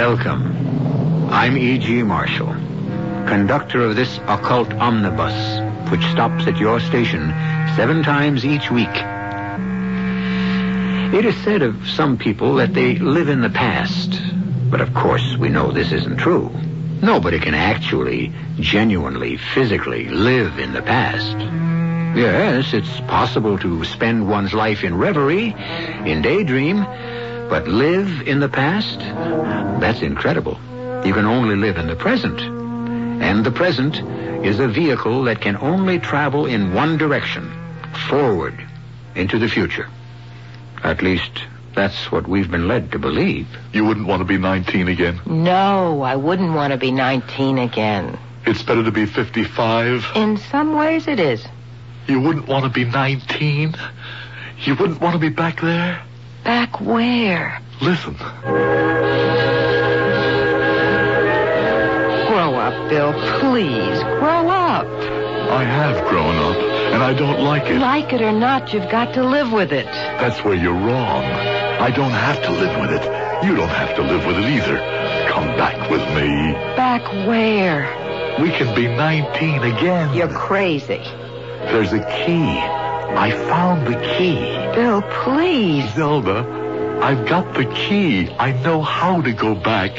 Welcome. I'm E.G. Marshall, conductor of this occult omnibus, which stops at your station seven times each week. It is said of some people that they live in the past, but of course we know this isn't true. Nobody can actually, genuinely, physically live in the past. Yes, it's possible to spend one's life in reverie, in daydream, but live in the past? That's incredible. You can only live in the present. And the present is a vehicle that can only travel in one direction, forward, into the future. At least, that's what we've been led to believe. You wouldn't want to be 19 again. No, I wouldn't want to be 19 again. It's better to be 55. In some ways, it is. You wouldn't want to be 19. You wouldn't want to be back there. Back where? Listen. Grow up, Bill. Please, grow up. I have grown up, and I don't like it. Like it or not, you've got to live with it. That's where you're wrong. I don't have to live with it. You don't have to live with it either. Come back with me. Back where? We can be 19 again. You're crazy. There's a key. I found the key. Bill, please. Zelda, I've got the key. I know how to go back.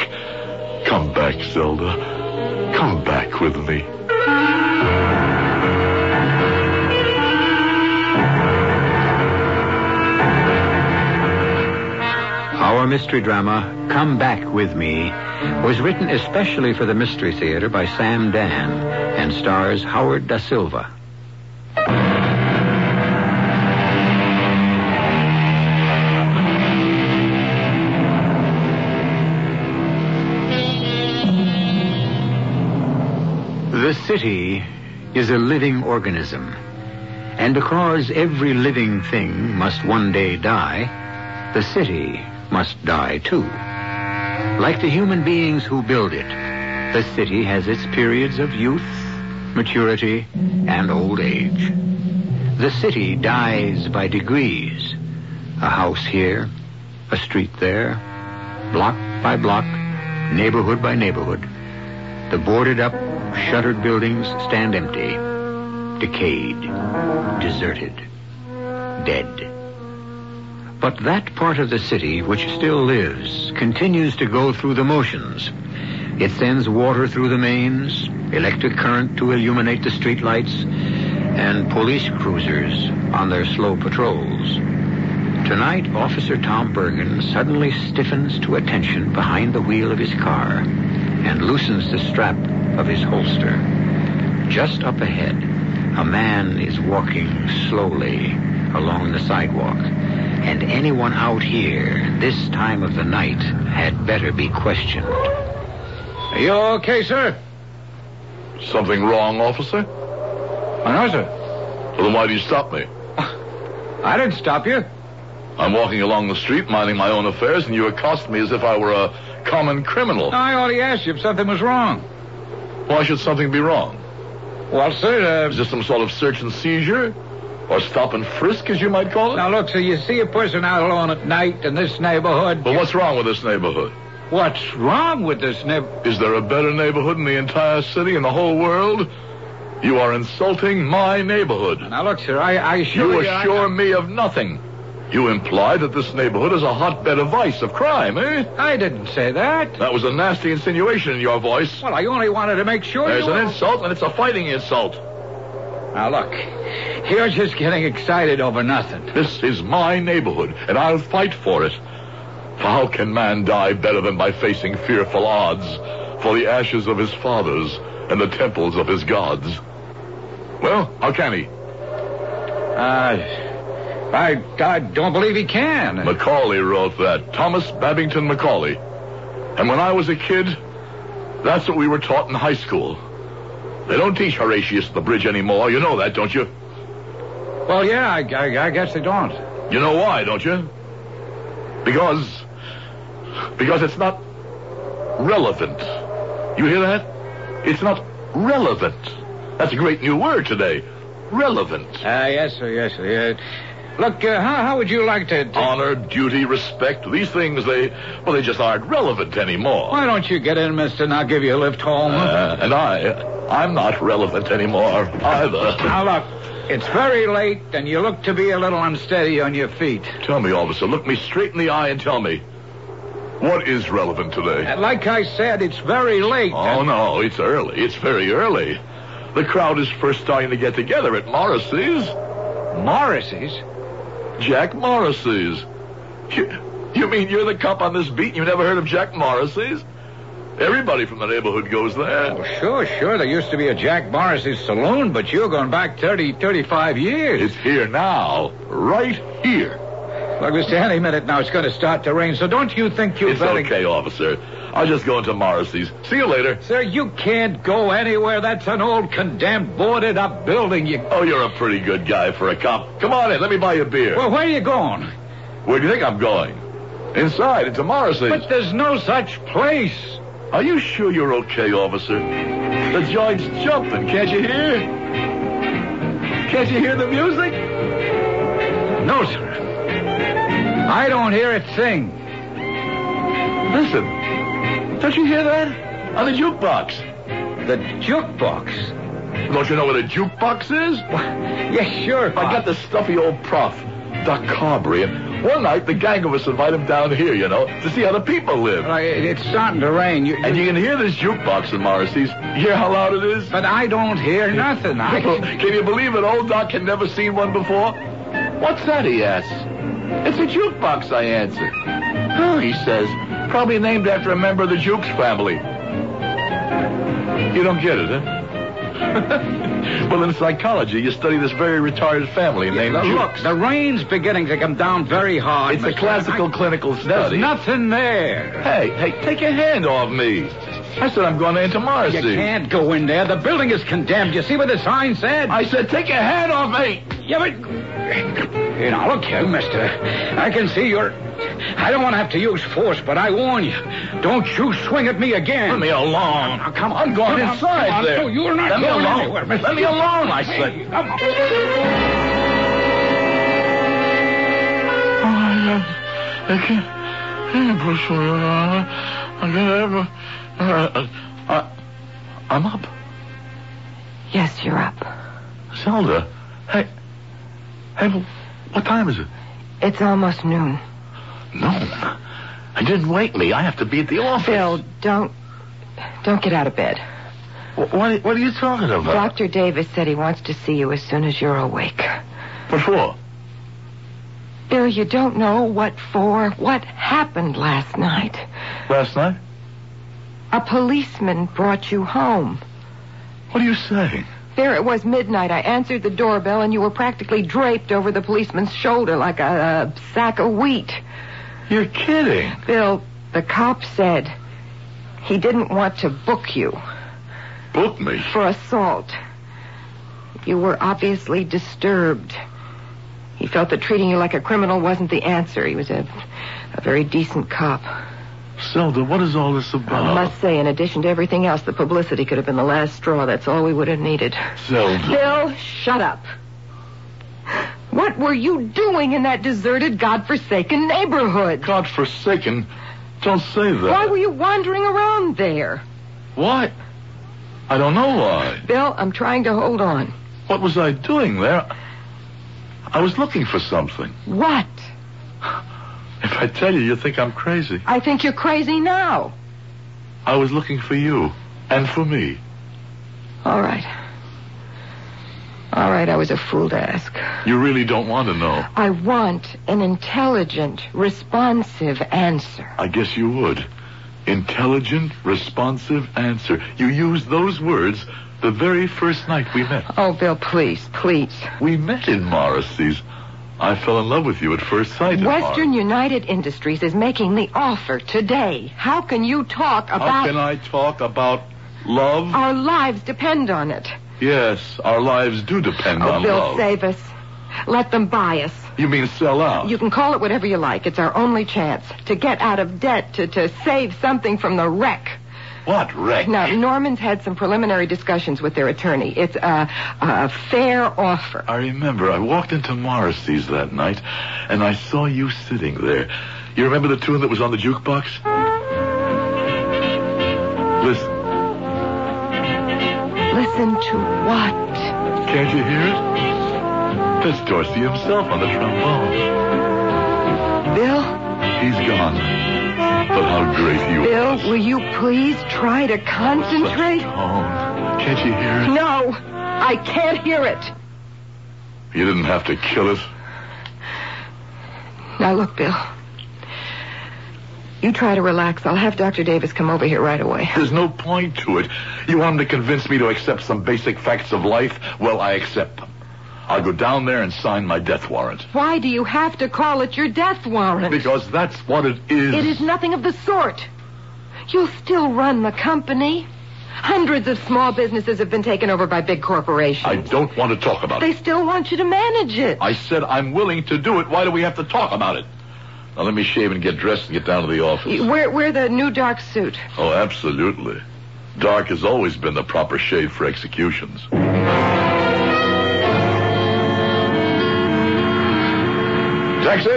Come back, Zelda. Come back with me. Our mystery drama, Come Back With Me, was written especially for the Mystery Theater by Sam Dan and stars Howard Da Silva. The city is a living organism. And because every living thing must one day die, the city must die too. Like the human beings who build it, the city has its periods of youth, maturity, and old age. The city dies by degrees. A house here, a street there, block by block, neighborhood by neighborhood. The boarded up, shuttered buildings stand empty, decayed, deserted, dead. But that part of the city which still lives continues to go through the motions. It sends water through the mains, electric current to illuminate the streetlights, and police cruisers on their slow patrols. Tonight, Officer Tom Bergen suddenly stiffens to attention behind the wheel of his car and loosens the strap of his holster. Just up ahead, a man is walking slowly along the sidewalk, and anyone out here this time of the night had better be questioned. Are you okay, sir? Something wrong, officer? I know, sir. Well, then why do you stop me? I didn't stop you. I'm walking along the street, minding my own affairs, and you accost me as if I were a common criminal. I already asked you if something was wrong. Why should something be wrong? Well, sir, Is this some sort of search and seizure? Or stop and frisk, as you might call it? now look, sir, you see a person out alone at night in this neighborhood. But what's wrong with this neighborhood? What's wrong with this neighborhood? Is there a better neighborhood in the entire city, in the whole world? You are insulting my neighborhood. Now look, sir, I, I You assure you. I- assure me of nothing. You imply that this neighborhood is a hotbed of vice, of crime, eh? I, didn't say that. That was a nasty insinuation in your voice. Well, I only wanted to make sure. There's you an insult, and it's a fighting insult. Now look, you're just getting excited over nothing. This is my neighborhood, and I'll fight for it. For how can man die better than by facing fearful odds for the ashes of his fathers and the temples of his gods? Well, how can he? Ah. Uh, I, I don't believe he can. Macaulay wrote that. Thomas Babington Macaulay. And when I was a kid, that's what we were taught in high school. They don't teach Horatius the Bridge anymore. You know that, don't you? well, yeah, I, I, I guess they don't. You know why, don't you? Because. Because it's not relevant. You hear that? It's not relevant. That's a great new word today. Relevant. Ah, yes, sir, yes, sir. yeah. Look, uh, how, how would you like to... to- Honor, duty, respect, these things, they, well, they just aren't relevant anymore. Why don't you get in, mister, and I'll give you a lift home? Uh, and I, I'm not relevant anymore either. now, look, it's very late, and you look to be a little unsteady on your feet. Tell me, officer, look me straight in the eye and tell me, what is relevant today? And like I said, it's very late. Oh, no, it's early. It's very early. The crowd is first starting to get together at Morrissey's. Morrissey's? Jack Morrissey's. You, you mean you're the cop on this beat and you never heard of Jack Morrissey's? Everybody from the neighborhood goes Oh, there. sure, sure. There used to be a Jack Morrissey's saloon, but you're going back 30, 35 years. It's here now. Right here. Look, mister, any minute now it's going to start to rain, so don't you think you It's better... okay, officer. I'll just go into Morrissey's. See you later. Sir, you can't go anywhere. That's an old, condemned, boarded up building. You. Oh, you're a pretty good guy for a cop. Come on in. Let me buy you a beer. Well, where are you going? Where do you think I'm going? Inside. Into Morrissey's. But there's no such place. Are you sure you're okay, officer? The joint's jumping. Can't you hear? Can't you hear the music? No, sir. I don't hear it sing. Listen. Don't you hear that? On the jukebox. The jukebox. Don't you know what a jukebox is? Yes, sure. I got the stuffy old prof, Doc Carberry, and one night the gang of us invite him down here, you know, to see how the people live. Well, it- Uh, It's starting to rain. You, And you can hear this jukebox in Morrissey's. You hear how loud it is? But I don't hear nothing. I... Well, Can you believe it? Old Doc had never seen one before. What's that? He asks. It's a jukebox, I answer. Oh, he says. Probably named after a member of the Jukes family. You don't get it, huh? well, in psychology, you study this very retarded family named Now, Jukes. Look, the rain's beginning to come down very hard. It's a mister. classical I- clinical There's study. nothing there. Hey, hey, take your hand off me. I said I'm going to enter You Morrissey. can't go in there. The building is condemned. You see what the sign said? I said, take your hand off me. Yeah, but... You know, look here, mister. I can see you're... I don't want to have to use force, but I warn you. Don't you swing at me again. Let me alone. Now, come on. I'm going Come on, inside come on, there. too. You're not Let going me alone. anywhere, mister. Let me alone, I Hey, said. come on. Oh, my God. I can't, I can't push me around. I can't ever. I, uh, I'm up. Yes, you're up. Zelda. Hey. Hey, what time is it? It's almost noon. No. I didn't wake me. I have to be at the office. Phil, don't don't get out of bed. Wh- What, what are you talking about? Dr. Davis said he wants to see you as soon as you're awake. What for? Bill, you don't know what for, what happened last night. Last night? A policeman brought you home. What are you saying? There it was midnight. I answered the doorbell, and you were practically draped over the policeman's shoulder like a, a sack of wheat. You're kidding. Bill, the cop said he didn't want to book you Book me. for assault. You were obviously disturbed. He felt that treating you like a criminal wasn't the answer. He was a, a very decent cop. Zelda, what is all this I about? must say, in addition to everything else, the publicity could have been the last straw. That's all we would have needed. Zelda. Bill, shut up. What were you doing in that deserted, godforsaken neighborhood? God forsaken. Don't say that. Why were you wandering around there? Why? I don't know why. Bill, I'm trying to hold on. What was I doing there? I was looking for something. What? If I tell you, you think I'm crazy. I think you're crazy now. I was looking for you and for me. All right. All right, I was a fool to ask. You really don't want to know. I want an intelligent, responsive answer. I guess you would. Intelligent, responsive answer. You used those words the very first night we met. Oh, Bill, please, please. We met in Morrissey's. I fell in love with you at first sight. in Western Morris- United Industries is making the offer today. How can you talk How about can I talk about love? our lives depend on it? yes, our lives do depend Oh, on Bill, love. save us. Let them buy us. you mean sell out? You can call it whatever you like. It's our only chance to get out of debt, to, to save something from the wreck. What wreck? Now, Norman's had some preliminary discussions with their attorney. It's a, a fair offer. I remember I walked into Morrissey's that night, and I saw you sitting there. You remember the tune that was on the jukebox? Listen, Listen to what? can't you hear it? That's Dorsey himself on the trombone. Bill? He's gone. But how great he was. Bill, will you please try to Such concentrate? tone. Can't you hear it? No, I can't hear it. You didn't have to kill us. Now, look, Bill. You try to relax. I'll have Dr. Davis come over here right away. There's no point to it. You want him to convince me to accept some basic facts of life? Well, I accept them. I'll go down there and sign my death warrant. Why do you have to call it your death warrant? Because that's what it is. It is nothing of the sort. You'll still run the company. Hundreds of small businesses have been taken over by big corporations. I don't want to talk about They it. still want you to manage it. I said I'm willing to do it. Why do we have to talk about it? Now let me shave and get dressed and get down to the office. Wear, wear the new dark suit. Oh, absolutely. Dark has always been the proper shade for executions. Taxi!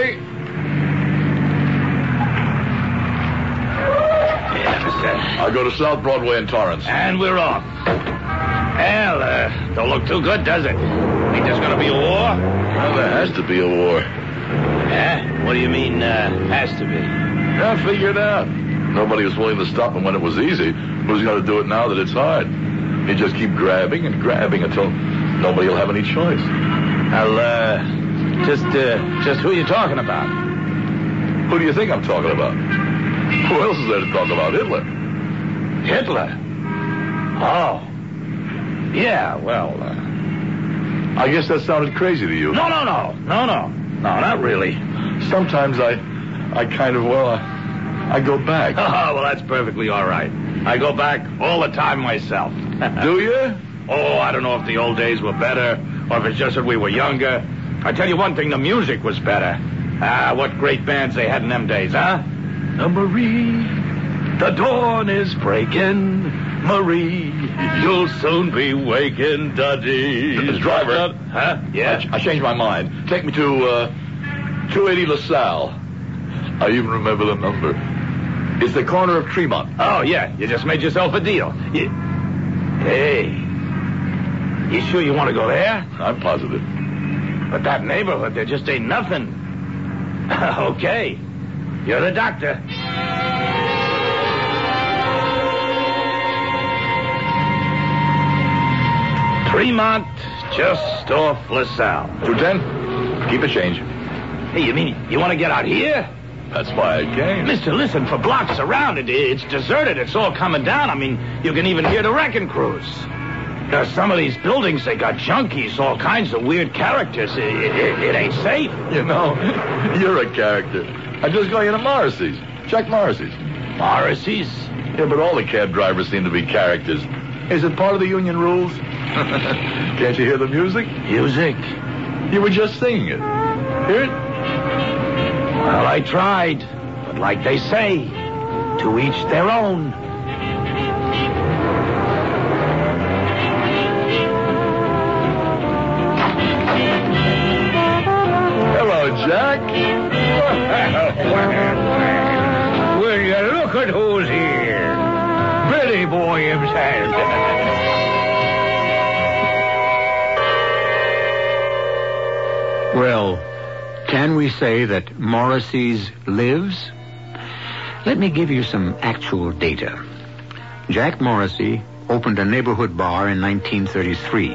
Yes, sir. I'll go to South Broadway in Torrance. And we're off. Well, uh, don't look too good, does it? Ain't there's gonna be a war? Well, there has to be a war. Yeah? What do you mean, uh, has to be? I'll figure it out. Nobody was willing to stop him when it was easy. Who's going to do it now that it's hard? You just keep grabbing and grabbing until nobody will have any choice. Well, uh, just, uh, just who you talking about? Who do you think I'm talking about? Who else is there to talk about? Hitler. Hitler. Oh. Yeah, well, uh... I guess that sounded crazy to you. No, no, no. No, no. No, not really. Sometimes I, I kind of, well, I, I go back. Oh, well, that's perfectly all right. I go back all the time myself. do you? Oh, I don't know if the old days were better or if it's just that we were younger. I tell you one thing, the music was better. Ah, what great bands they had in them days, huh? The Marie, the dawn is breaking. Marie, you'll soon be waking, Daddy. Driver. Huh? I, Yeah. ch- I changed my mind. Take me to uh, 280 LaSalle. I even remember the number. It's the corner of Tremont. Oh, yeah. You just made yourself a deal. You... Hey. You sure you want to go there? I'm positive. But that neighborhood, there just ain't nothing. okay. You're the doctor. Tremont, just off LaSalle. 210? Keep a change. Hey, you mean you want to get out here? That's why I came. Mister, listen, for blocks around it, it's deserted. It's all coming down. I mean, you can even hear the wrecking crews. Now, some of these buildings, they got junkies, all kinds of weird characters. It, it- it ain't safe. You know, you're a character. I just got you to Morrissey's. Check Morrissey's. Morrissey's? Yeah, but all the cab drivers seem to be characters. Is it part of the union rules? Can't you hear the music? Music. You were just singing it. Hear it? Well, I tried. But like they say, to each their own. Hello, Jack. Will you look at who's here? Billy Boy himself. Well, can we say that Morrissey's lives? Let me give you some actual data. Jack Morrissey opened a neighborhood bar in 1933.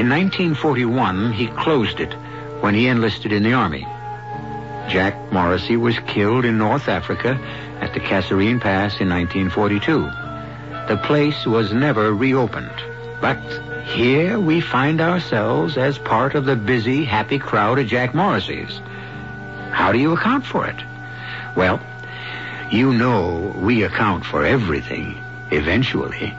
In 1941, he closed it when he enlisted in the army. Jack Morrissey was killed in North Africa at the Kasserine Pass in 1942. The place was never reopened. But here we find ourselves as part of the busy, happy crowd at Jack Morrissey's. How do you account for it? Well, you know we account for everything eventually.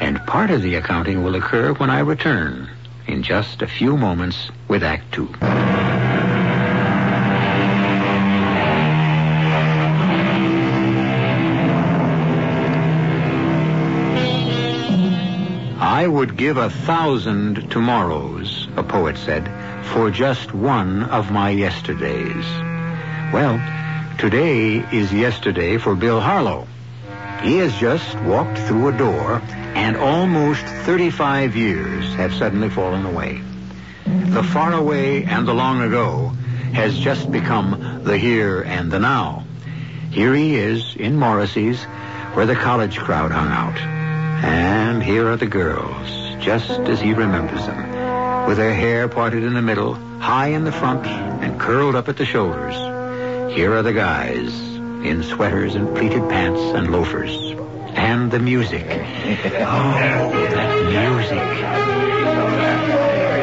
And part of the accounting will occur when I return in just a few moments with Act Two. I would give a thousand tomorrows, a poet said, for just one of my yesterdays. Well, today is yesterday for Bill Harlow. He has just walked through a door, and almost 35 years have suddenly fallen away. The far away and the long ago has just become the here and the now. Here he is in Morrissey's, where the college crowd hung out. And here are the girls, just as he remembers them, with their hair parted in the middle, high in the front, and curled up at the shoulders. Here are the guys, in sweaters and pleated pants and loafers. And the music. Oh, that music.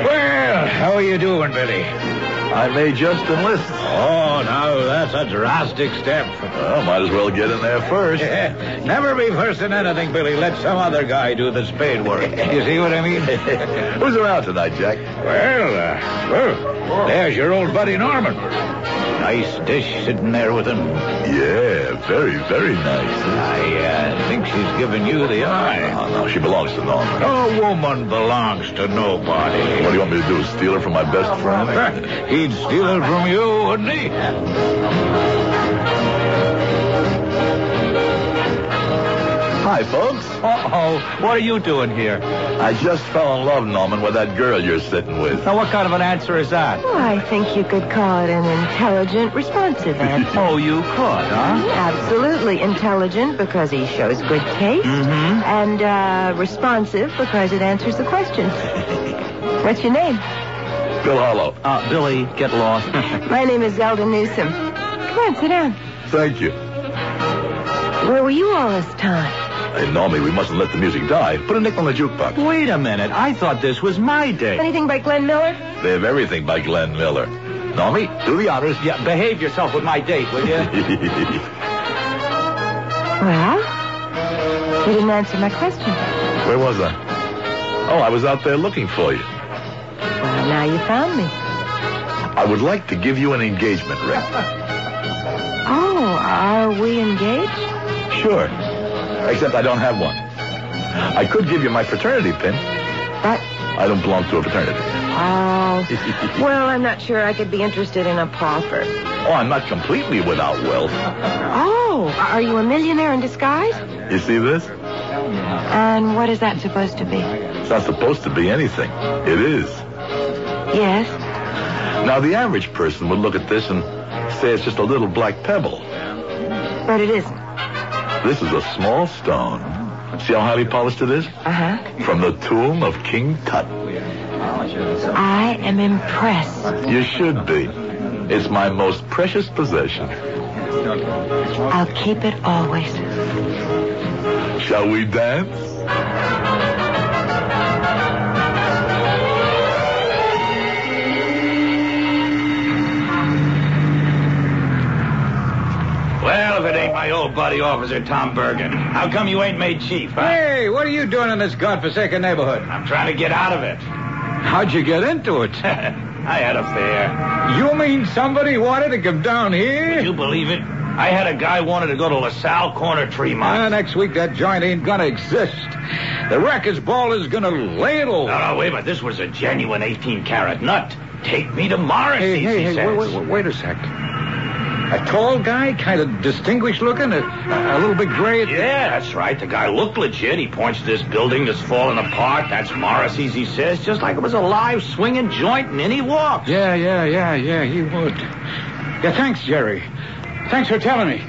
Well, how are you doing, Billy? I may just enlist. Oh, now that's a drastic step. Well, might as well get in there first. Yeah, Never be first in anything, Billy. Let some other guy do the spade work. You see what I mean? Who's around tonight, Jack? well, uh, well, there's your old buddy Norman. Nice dish sitting there with him. Yeah, very, very nice. I uh, think she's giving you the Oh, eye. no, she belongs to Norman. No woman belongs to What do nobody. you want me to do? Steal her from my best friend? He'd steal it from you, wouldn't he? Hi, folks. Uh-oh. What are you doing here? I just fell in love, Norman, with that girl you're sitting with. Now, what kind of an answer is that? Well, Oh, I think you could call it an intelligent, responsive answer. Oh, you could, huh? Absolutely intelligent because he shows good taste, and uh, responsive because it answers the question. What's your name? Bill Harlow. Ah, Uh, Billy, get lost. My name is Zelda Newsom. Come on, sit down. Thank you. Where were you all this time? Hey, Normie, we mustn't let the music die. Put a nickel on the jukebox. Wait a minute. I thought this was my day. Anything by Glenn Miller? They have everything by Glenn Miller. Normie, do the honors. Yeah, behave yourself with my date, will you? Well, you didn't answer my question. Where was I? Oh, I was out there looking for you. Well, now you found me. I would like to give you an engagement ring. Oh, are we engaged? Sure. Except I don't have one. I could give you my fraternity pin. But, I don't belong to a fraternity. oh, well, I'm not sure I could be interested in a pauper. Oh, I'm not completely without wealth. Oh, are you a millionaire in disguise? You see this? And what is that supposed to be? It's not supposed to be anything. It is. Yes. Now, the average person would look at this and say it's just a little black pebble. But it isn't. This is a small stone. See how highly polished it is? Uh huh. From the tomb of King Tut. I am impressed. You should be. It's my most precious possession. I'll keep it always. Shall we dance? Well, if it ain't my old buddy, Officer Tom Bergen. How come you ain't made chief, huh? Hey, what are you doing in this godforsaken neighborhood? I'm trying to get out of it. How'd you get into it? I had a fare. You mean somebody wanted to come down Would here? you believe it? I had a guy wanted to go to LaSalle Corner, Ah, Tremont. next week that joint ain't gonna exist. The Rackers Ball is gonna lay it No, over. no, wait a minute. This was a genuine 18 carat nut. Take me to Hey, Morrissey's, hey, he hey, says. wait, wait, wait, wait a sec. A tall guy, kind of distinguished looking, a, a little bit gray. at- Yeah, that's right. The guy looked legit. He points to this building that's falling apart. That's Morrissey's, he says, just like it was a live swinging joint, and in he walks. Yeah, yeah, yeah, yeah, he would. Yeah, thanks, Jerry. Thanks for telling me.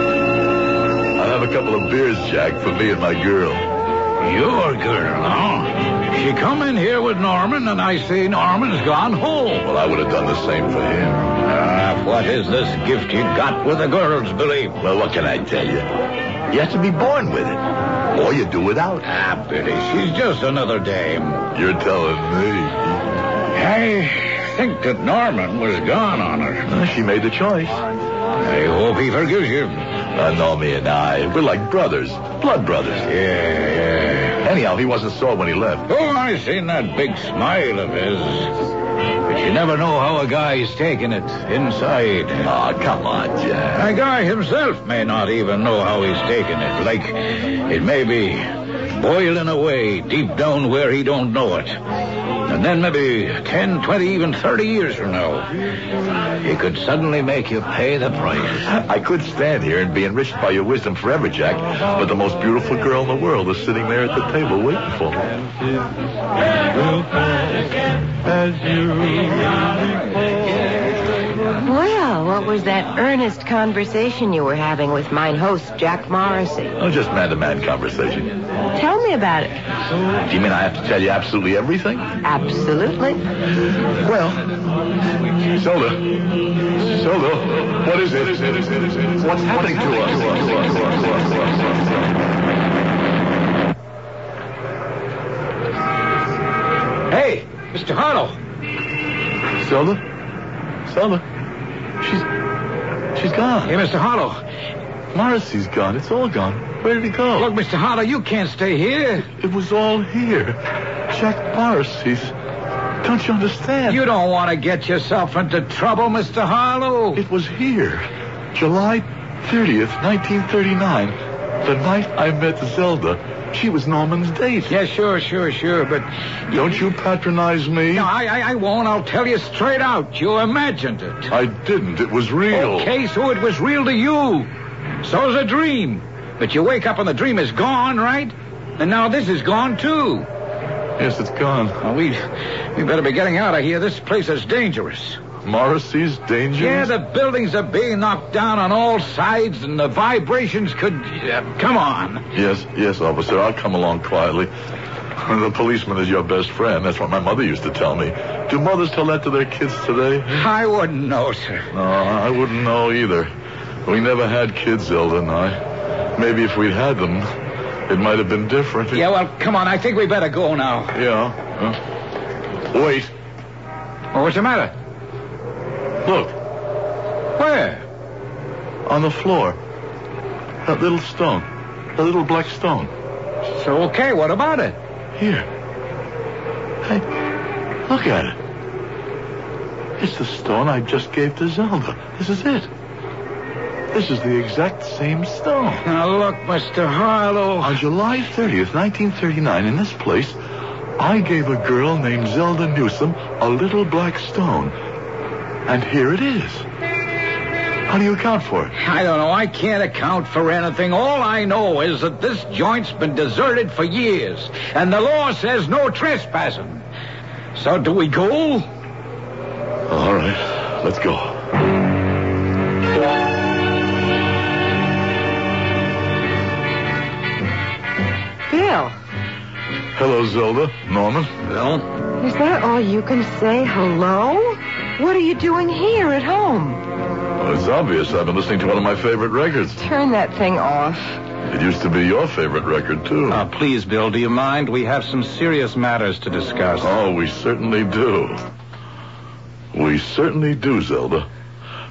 I'll have a couple of beers, Jack, for me and my girl. Your girl, huh? She come in here with Norman, and I see Norman's gone home. Well, I would have done the same for him. Ah, what is this gift you got with the girls, Billy? Well, what can I tell you? You have to be born with it, or you do without. Ah, Billy, she's just another dame. You're telling me. I think that Norman was gone on her. Well, Ah, She made the choice. I hope he forgives you. Uh, Normie and I, we're like brothers, blood brothers. Yeah, yeah. Anyhow, he wasn't sore when he left. Oh, I seen that big smile of his. But you never know how a guy's taking it inside. Ah, come on, Jack. A guy himself may not even know how he's taking it. Like, it may be boiling away deep down where he don't know it. And then maybe 10, 20, even 30 years from now, he could suddenly make you pay the price. I could stand here and be enriched by your wisdom forever, Jack, but the most beautiful girl in the world is sitting there at the table waiting for me. Well, what was that earnest conversation you were having with mine host, Jack Morrissey? Oh, just man-to-man conversation. Tell me about it. Do you mean I have to tell you absolutely everything? Absolutely. Well, Zelda, Zelda, what is it? What's happening to us? Hey, Mr. Harlow. Zelda, Zelda, she's she's gone. Hey, Mr. Harlow. Morrissey's gone. It's all gone. Where did he go? Look, Mr. Harlow, you can't stay here. It was all here. Jack Morrissey's. Don't you understand? You don't want to get yourself into trouble, Mr. Harlow. It was here, July 30th, 1939, the night I met Zelda. She was Norman's date. Yeah, sure, sure, sure, but Don't you patronize me? no, I, I, I won't. I'll tell you straight out. You imagined it. I didn't. It was real. Okay, so it was real to you. So's a dream. But you wake up and the dream is gone, right? And now this is gone too. Yes, it's gone. Now we we better be getting out of here. This place is dangerous. Morrissey's danger. Yeah, the buildings are being knocked down on all sides, and the vibrations could uh, come on. Yes, yes, officer. I'll come along quietly. The policeman is your best friend. That's what my mother used to tell me. Do mothers tell that to their kids today? I wouldn't know, sir. No, I wouldn't know either. We never had kids, Zelda and I. Maybe if we'd had them, it might have been different. Yeah, well, come on. I think we better go now. Yeah. Huh? Wait. Well, what's the matter? Look. Where? On the floor. That little stone. That little black stone. So okay. What about it? Here. Hey, look at it. It's the stone I just gave to Zelda. This is it. This is the exact same stone. Now look, Mister Harlow. On July 30th, 1939, in this place, I gave a girl named Zelda Newsom a little black stone. And here it is. How do you account for it? I don't know. I can't account for anything. All I know is that this joint's been deserted for years, and the law says no trespassing. So do we go? All right, let's go. Bill, Hello, Zelda. Norman. Well, is that all you can say? Hello? What are you doing here at home? Well, it's obvious. I've been listening to one of my favorite records. Turn that thing off. It used to be your favorite record, too. Uh, please, Bill, do you mind? We have some serious matters to discuss. Oh, we certainly do. We certainly do, Zelda.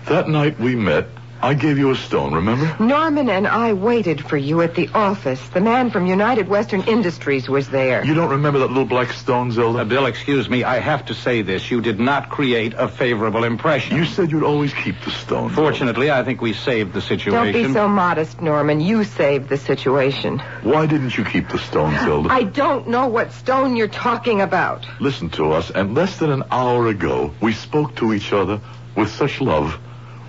That night we met, I gave you a stone, remember? Norman and I waited for you at the office. The man from United Western Industries was there. You don't remember that little black stone, Zelda? Uh, Bill, excuse me, I have to say this. You did not create a favorable impression. You said you'd always keep the stone. Fortunately, I think we saved the Don't situation. be so modest, Norman. You saved the situation. Why didn't you keep the stone, Zelda? I don't know what stone you're talking about. Listen to us, and less than an hour ago, we spoke to each other with such love.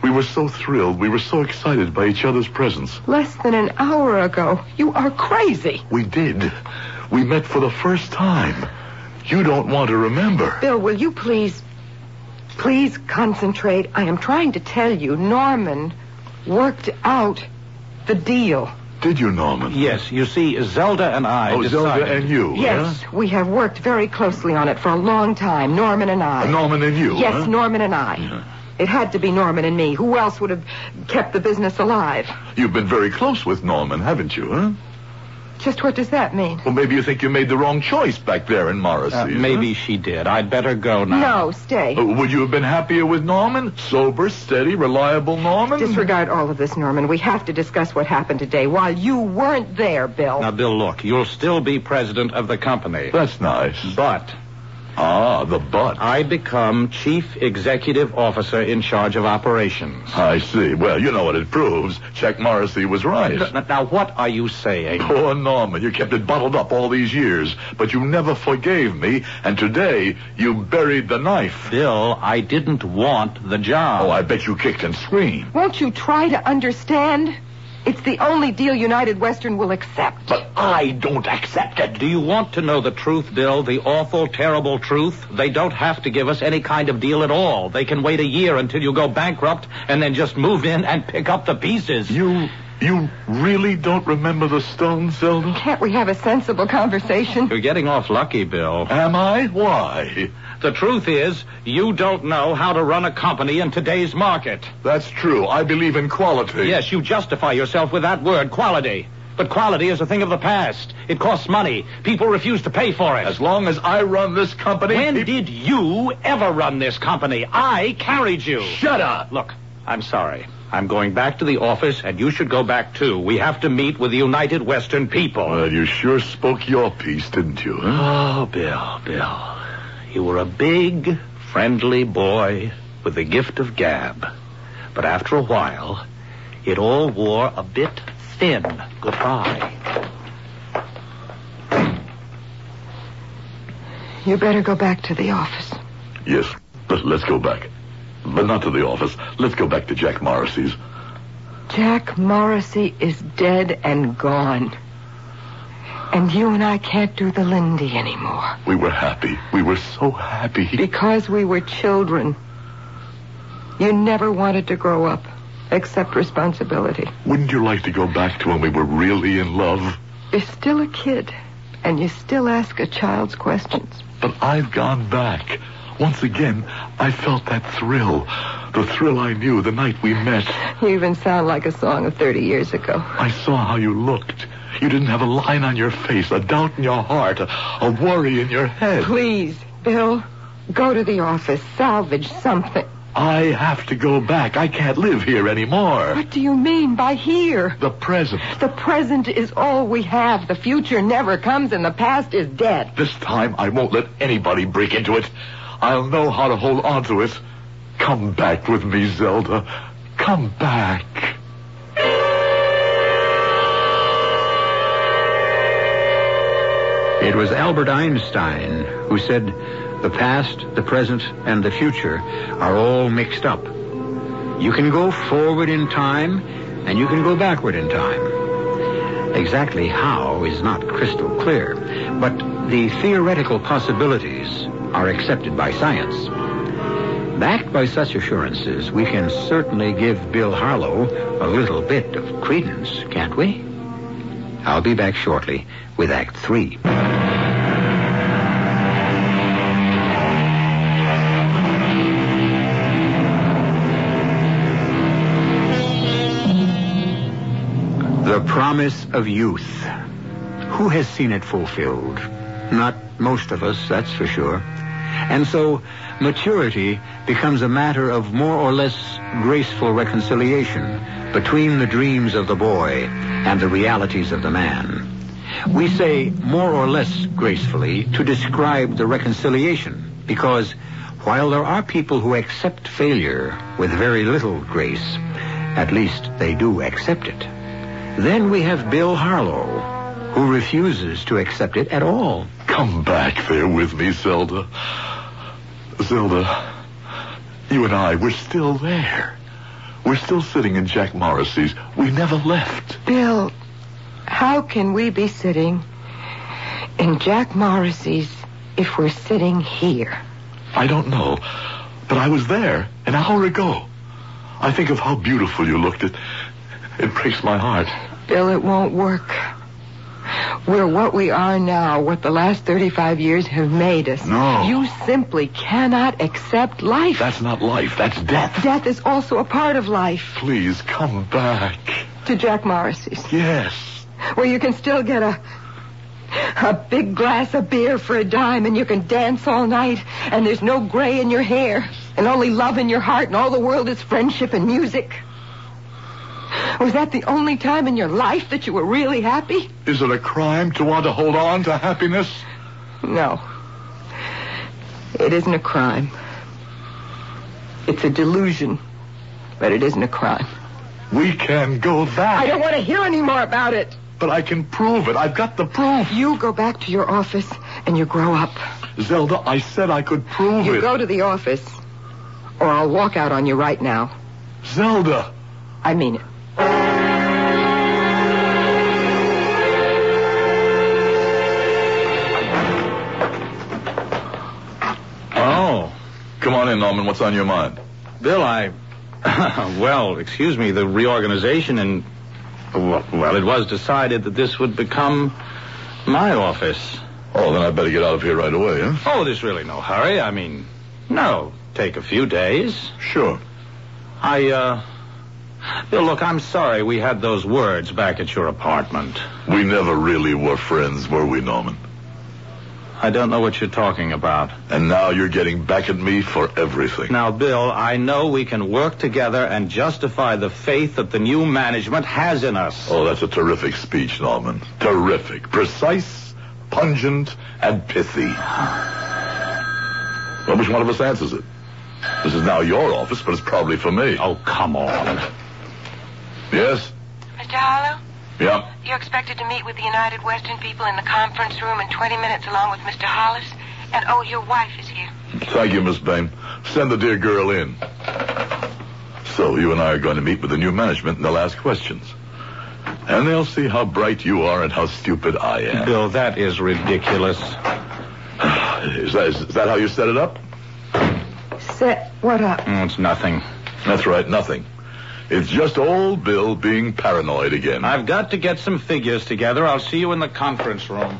We were so thrilled. We were so excited by each other's presence. Less than an hour ago. You are crazy. We did. We met for the first time. You don't want to remember. Bill, will you please, please concentrate? I am trying to tell you, Norman worked out the deal. Did you, Norman? Yes, you see, Zelda and I Oh, decided... Zelda and you. Yes, we have worked very closely on it for a long time, Norman and I. huh? Norman and you. Yes, huh? Norman and I. It had to be Norman and me. Who else would have kept the business alive? You've been very close with Norman, haven't you, huh? Just what does that mean? Well, maybe you think you made the wrong choice back there in Morrissey. Uh, maybe she did. I'd better go now. No, stay. Uh, would you have been happier with Norman? Sober, steady, reliable Norman? Disregard all of this, Norman. We have to discuss what happened today while you weren't there, Bill. Now, Bill, look, you'll still be president of the company. That's nice. But Ah, the butt. I become chief executive officer in charge of operations. I see. Well, you know what it proves. Check Morrissey was right. N- Now, what are you saying? Poor Norman, you kept it bottled up all these years, but you never forgave me, and today you buried the knife. Bill, I didn't want the job. Oh, I bet you kicked and screamed. Won't you try to understand? It's the only deal United Western will accept. But I don't accept it. Do you want to know the truth, Bill? The awful, terrible truth? They don't have to give us any kind of deal at all. They can wait a year until you go bankrupt and then just move in and pick up the pieces. You, you really don't remember the stone, Zelda? Can't we have a sensible conversation? You're getting off lucky, Bill. Am I? Why? The truth is, you don't know how to run a company in today's market. That's true. I believe in quality. Yes, you justify yourself with that word, quality. But quality is a thing of the past. It costs money. People refuse to pay for it. As long as I run this company. when peop- did you ever run this company? I carried you. Shut up! Look, I'm sorry. I'm going back to the office, and you should go back too. We have to meet with the United Western people. Well, you sure spoke your piece, didn't you? huh? Oh, Bill, Bill. You were a big, friendly boy with the gift of gab. But after a while, it all wore a bit thin. Goodbye. You better go back to the office. Yes, but let's go back. But not to the office. Let's go back to Jack Morrissey's. Jack Morrissey is dead and gone. And you and I can't do the Lindy anymore. We were happy. We were so happy. Because we were children. You never wanted to grow up, accept responsibility. Wouldn't you like to go back to when we were really in love? You're still a kid, and you still ask a child's questions. But I've gone back. Once again, I felt that thrill. The thrill I knew the night we met. You even sound like a song of 30 years ago. I saw how you looked. You didn't have a line on your face, a doubt in your heart, a, a worry in your head. Please, Bill, go to the office, salvage something. I have to go back. I can't live here anymore. What do you mean by here? The present. The present is all we have. The future never comes, and the past is dead. This time I won't let anybody break into it. I'll know how to hold on to it. Come back with me, Zelda. Come back. It was Albert Einstein who said, the past, the present, and the future are all mixed up. You can go forward in time, and you can go backward in time. Exactly how is not crystal clear, but the theoretical possibilities are accepted by science. Backed by such assurances, we can certainly give Bill Harlow a little bit of credence, can't we? I'll be back shortly with Act Three. The promise of youth. Who has seen it fulfilled? Not most of us, that's for sure. And so, maturity becomes a matter of more or less graceful reconciliation between the dreams of the boy and the realities of the man. We say more or less gracefully to describe the reconciliation because while there are people who accept failure with very little grace, at least they do accept it. Then we have Bill Harlow, who refuses to accept it at all. Come back there with me, Zelda. Zelda, you and I, we're still there. We're still sitting in Jack Morrissey's. We never left. Bill, how can we be sitting in Jack Morrissey's if we're sitting here? I don't know, but I was there an hour ago. I think of how beautiful you looked. It, it breaks my heart. Bill, it won't work. We're what we are now, what the last 35 years have made us. No. You simply cannot accept life. That's not life. That's death. Death is also a part of life Please come back. to Jack Morrissey's, Yes. where you can still get a. A big glass of beer for a dime, and you can dance all night, and there's no gray in your hair, and only love in your heart, and all the world is friendship and music. Was that the only time in your life that you were really happy? Is it a crime to want to hold on to happiness? No. It isn't a crime. It's a delusion, but it isn't a crime. We can go that. I don't want to hear any more about it. But I can prove it. I've got the proof. You go back to your office and you grow up. Zelda, I said I could prove You it. go to the office, or I'll walk out on you right now. Zelda. I mean it. Oh, Come on in, Norman. What's on your mind? Bill, I. well, excuse me, the reorganization and. Well, well, it was decided that this would become my office. Oh, then I better get out of here right away, huh? Oh, there's really no hurry. I mean, no. Take a few days. Sure. I, uh. Bill, look, I'm sorry we had those words back at your apartment. We never really were friends, were we, Norman? I don't know what you're talking about. And now you're getting back at me for everything. Now, Bill, I know we can work together and justify the faith that the new management has in us. Oh, that's a terrific speech, Norman. Terrific. Precise, pungent, and pithy. Well, which one of us answers it? This is now your office, but it's probably for me. Oh, come on. Yes? Mr. Harlow, Yeah. you're expected to meet with the United Western people in the conference room in 20 minutes along with Mr. Hollis. And, oh, your wife is here. Thank you, Miss Bain. Send the dear girl in. So you and I are going to meet with the new management and they'll ask questions. And they'll see how bright you are and how stupid I am. Bill, that is ridiculous. Is that, is that how you set it up? Set what up? Mm, It's nothing. That's right, nothing. It's just old Bill being paranoid again. I've got to get some figures together. I'll see you in the conference room.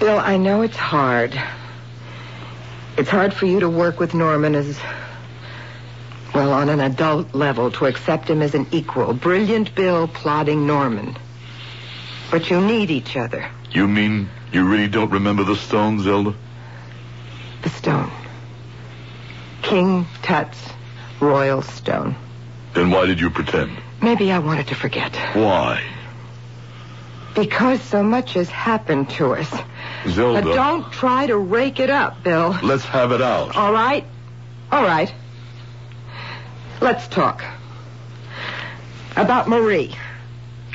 Bill, I know it's hard. It's hard for you to work with Norman as, well, on an adult level, to accept him as an equal. Brilliant Bill plotting Norman. But you need each other. You mean you really don't remember the stone, Zelda? The stone. King Tut's royal stone. Then why did you pretend? Maybe I wanted to forget. Why? Because so much has happened to us. Zelda. But don't Oh. try to rake it up, Bill. Let's have it out. All right. All right. Let's talk. About Marie.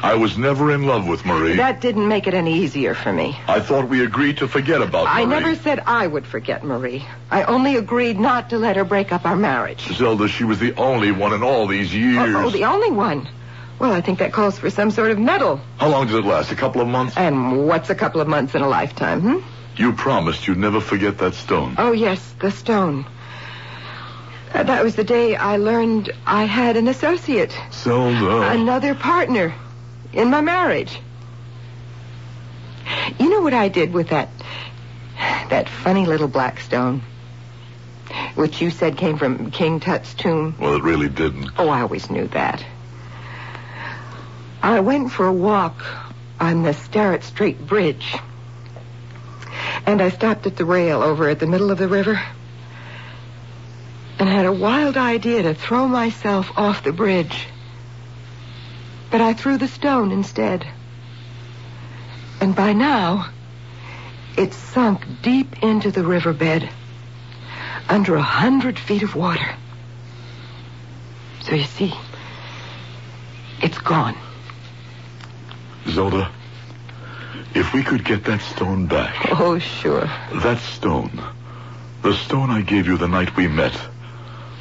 I was never in love with Marie. That didn't make it any easier for me. I thought we agreed to forget about I Marie. never said I would forget Marie. I only agreed not to let her break up our marriage. Zelda, she was the only one in all these years. Oh, the only one. Well, I think that calls for some sort of medal. How long did it last? A couple of months? And what's a couple of months in a lifetime, hmm? You promised you'd never forget that stone. Oh, yes, the stone. Uh, that was the day I learned I had an associate, Zelda. another partner in my marriage. You know what I did with that that funny little black stone which you said came from King Tut's tomb? Well, it really didn't. Oh, I always knew that. I went for a walk on the Starrett Street Bridge. And I stopped at the rail over at the middle of the river. And had a wild idea to throw myself off the bridge. But I threw the stone instead. And by now, it's sunk deep into the riverbed, under a hundred feet of water. So you see, it's gone. Zelda, if we could get that stone back. Oh, sure. That stone. The stone I gave you the night we met.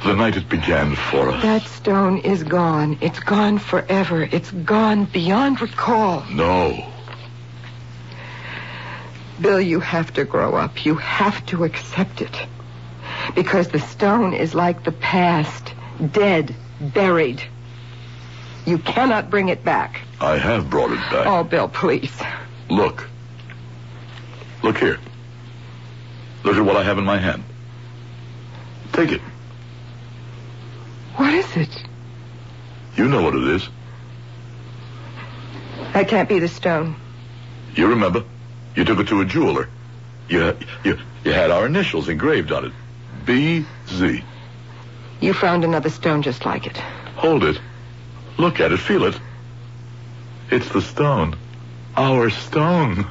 The night it began for us. That stone is gone. It's gone forever. It's gone beyond recall. No. Bill, you have to grow up. You have to accept it. Because the stone is like the past, dead, buried. You cannot bring it back. I have brought it back. Oh, Bill, please. Look. Look here. Look at what I have in my hand. Take it. What is it? You know what it is. That can't be the stone. You remember. You took it to a jeweler. You, you, you had our initials engraved on it. B.Z. You found another stone just like it. Hold it. Look at it. Feel it. It's the stone. Our stone.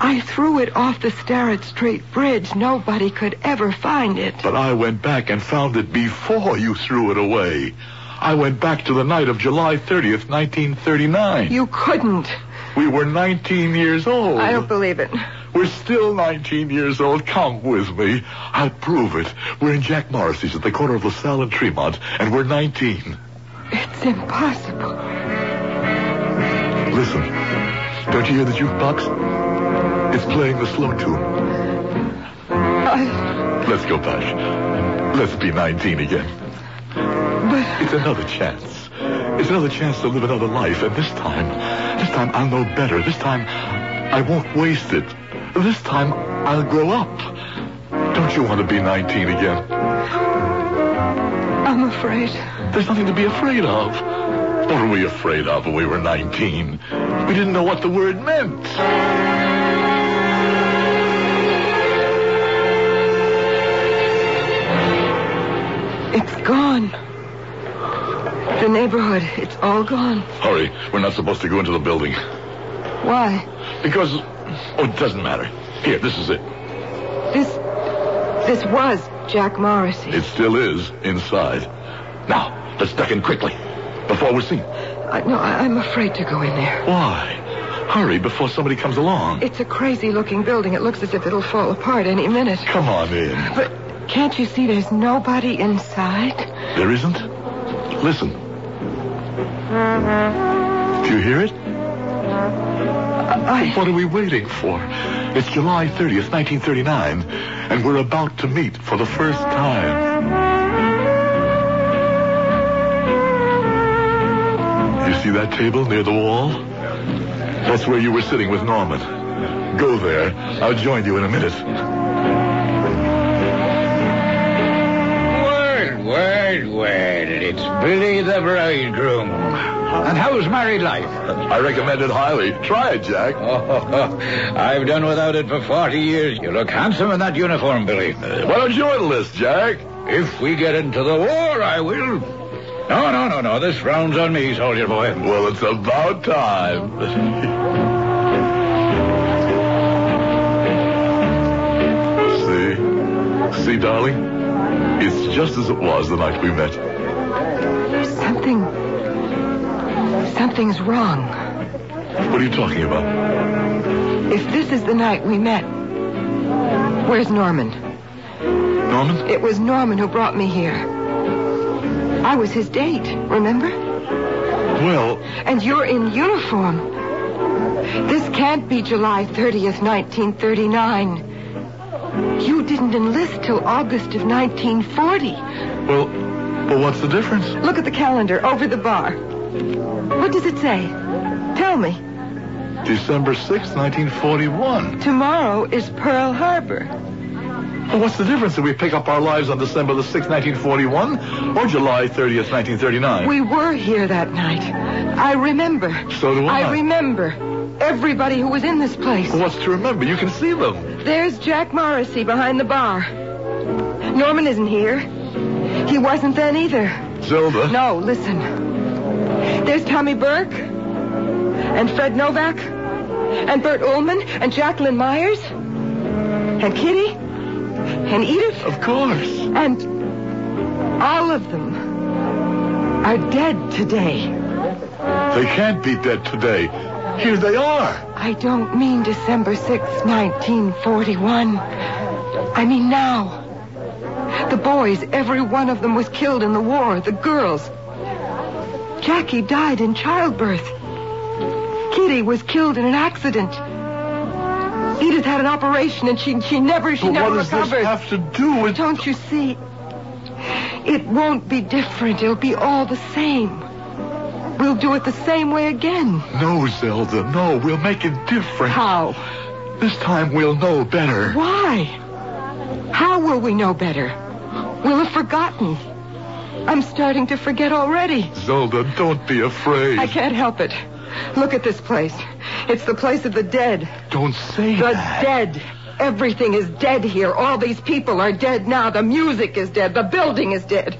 I threw it off the Starrett Street Bridge. Nobody could ever find it. But I went back and found it before you threw it away. I went back to the night of July 30th, 1939. You couldn't. We were 19 years old. I don't believe it. We're still 19 years old. Come with me. I'll prove it. We're in Jack Morrissey's at the corner of LaSalle and Tremont, and we're 19. It's impossible. Listen. Don't you hear the jukebox? It's playing the slow tune. I, Let's go back. Let's be 19 again. but It's another chance. It's another chance to live another life. And this time, this time I'll know better. This time I won't waste it. This time I'll grow up. Don't you want to be 19 again? I'm afraid. There's nothing to be afraid of. What were we afraid of when we were 19? We didn't know what the word meant. It's gone. The neighborhood, it's all gone. Hurry, we're not supposed to go into the building. Why? Because, oh, it doesn't matter. Here, this is it. This. This was Jack Morrissey. It still is inside. Now, let's duck in quickly before we're seen. I, no, I, I'm afraid to go in there. Why? Hurry before somebody comes along. It's a crazy looking building. It looks as if it'll fall apart any minute. Come on in. But can't you see there's nobody inside? There isn't? Listen. Do you hear it? I. What are we waiting for? It's July 30th, 1939, and we're about to meet for the first time. You see that table near the wall? That's where you were sitting with Norman. Go there. I'll join you in a minute. Wait, wait, wait. It's Billy the bridegroom. And how's married life? I recommend it highly. Try it, Jack. Oh, I've done without it for 40 years. You look handsome in that uniform, Billy. Why don't you enlist, Jack? If we get into the war, I will. No, no, no, no. This round's on me, soldier boy. Well, it's about time. See? See, darling? It's just as it was the night we met. Something. Something's wrong. What are you talking about? If this is the night we met, where's Norman? Norman? It was Norman who brought me here. I was his date, remember? Well, And you're in uniform. This can't be July 30th, 1939. You didn't enlist till August of 1940. well, well, what's the difference? Look at the calendar over the bar. What does it say? Tell me. December sixth, 1941. Tomorrow is Pearl Harbor. Well, what's the difference if we pick up our lives on December the 6th, 1941 or July 30th, 1939? We were here that night. I remember. So do I. remember. Everybody who was in this place. What's to remember? You can see them. There's Jack Morrissey behind the bar. Norman isn't here. He wasn't then either. Zelda. No, listen. There's Tommy Burke. And Fred Novak. And Bert Ullman. And Jacqueline Myers. And Kitty. And Edith. Of course. And all of them are dead today. They can't be dead today. Here they are. I don't mean December sixth, 1941. I mean now. The boys, every one of them was killed in the war, the girls. Jackie died in childbirth. Kitty was killed in an accident. Edith had an operation and she, she never, she But never what does recovered. this have to do with? Don't you see? It won't be different. It'll be all the same. We'll do it the same way again. No, Zelda. No, we'll make it different. How? This time we'll know better. Why? How will we know better? We'll have forgotten. I'm starting to forget already. Zelda, don't be afraid. I can't help it. Look at this place. It's the place of the dead. Don't say The that. dead. Everything is dead here. All these people are dead now. The music is dead. The building is dead.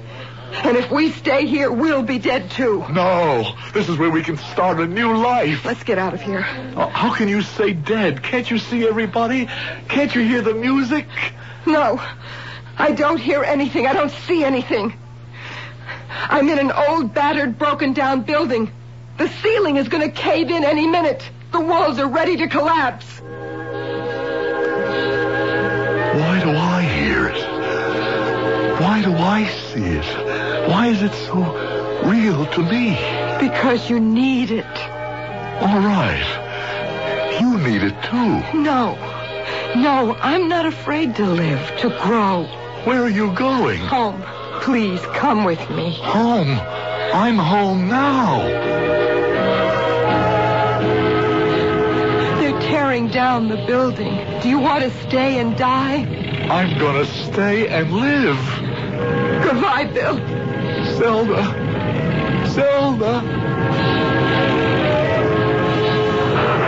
And if we stay here, we'll be dead too. No, this is where we can start a new life. Let's get out of here. Uh, How can you say dead? Can't you see everybody? Can't you hear the music? No, I don't hear anything. I don't see anything. I'm in an old, battered, broken down building. The ceiling is going to cave in any minute. The walls are ready to collapse. Why do I hear it? Why do I see it? Why is it so real to me? Because you need it. All right. You need it too. No. No, I'm not afraid to live, to grow. Where are you going? Home, please come with me. Home. I'm home now. They're tearing down the building. Do you want to stay and die? I'm gonna stay and live. Goodbye, Bill. Zelda. Zelda.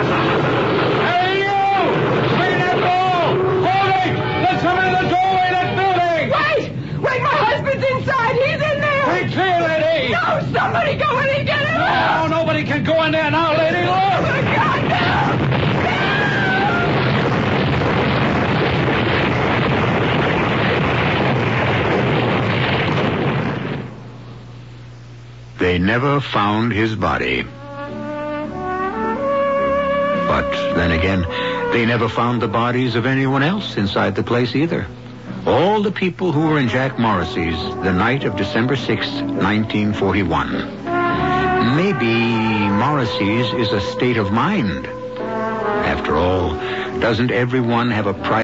Hey, you! Clean that door! Hold it! Let somebody in the doorway of that building! Wait! Wait, my husband's inside. He's in there. Hey, clear, lady! No, somebody go in and get him Oh, out. Now nobody can go in there now, lady. Look! They never found his body. But then again, they never found the bodies of anyone else inside the place either. All the people who were in Jack Morrissey's the night of December 6th, 1941. Maybe Morrissey's is a state of mind. After all, doesn't everyone have a private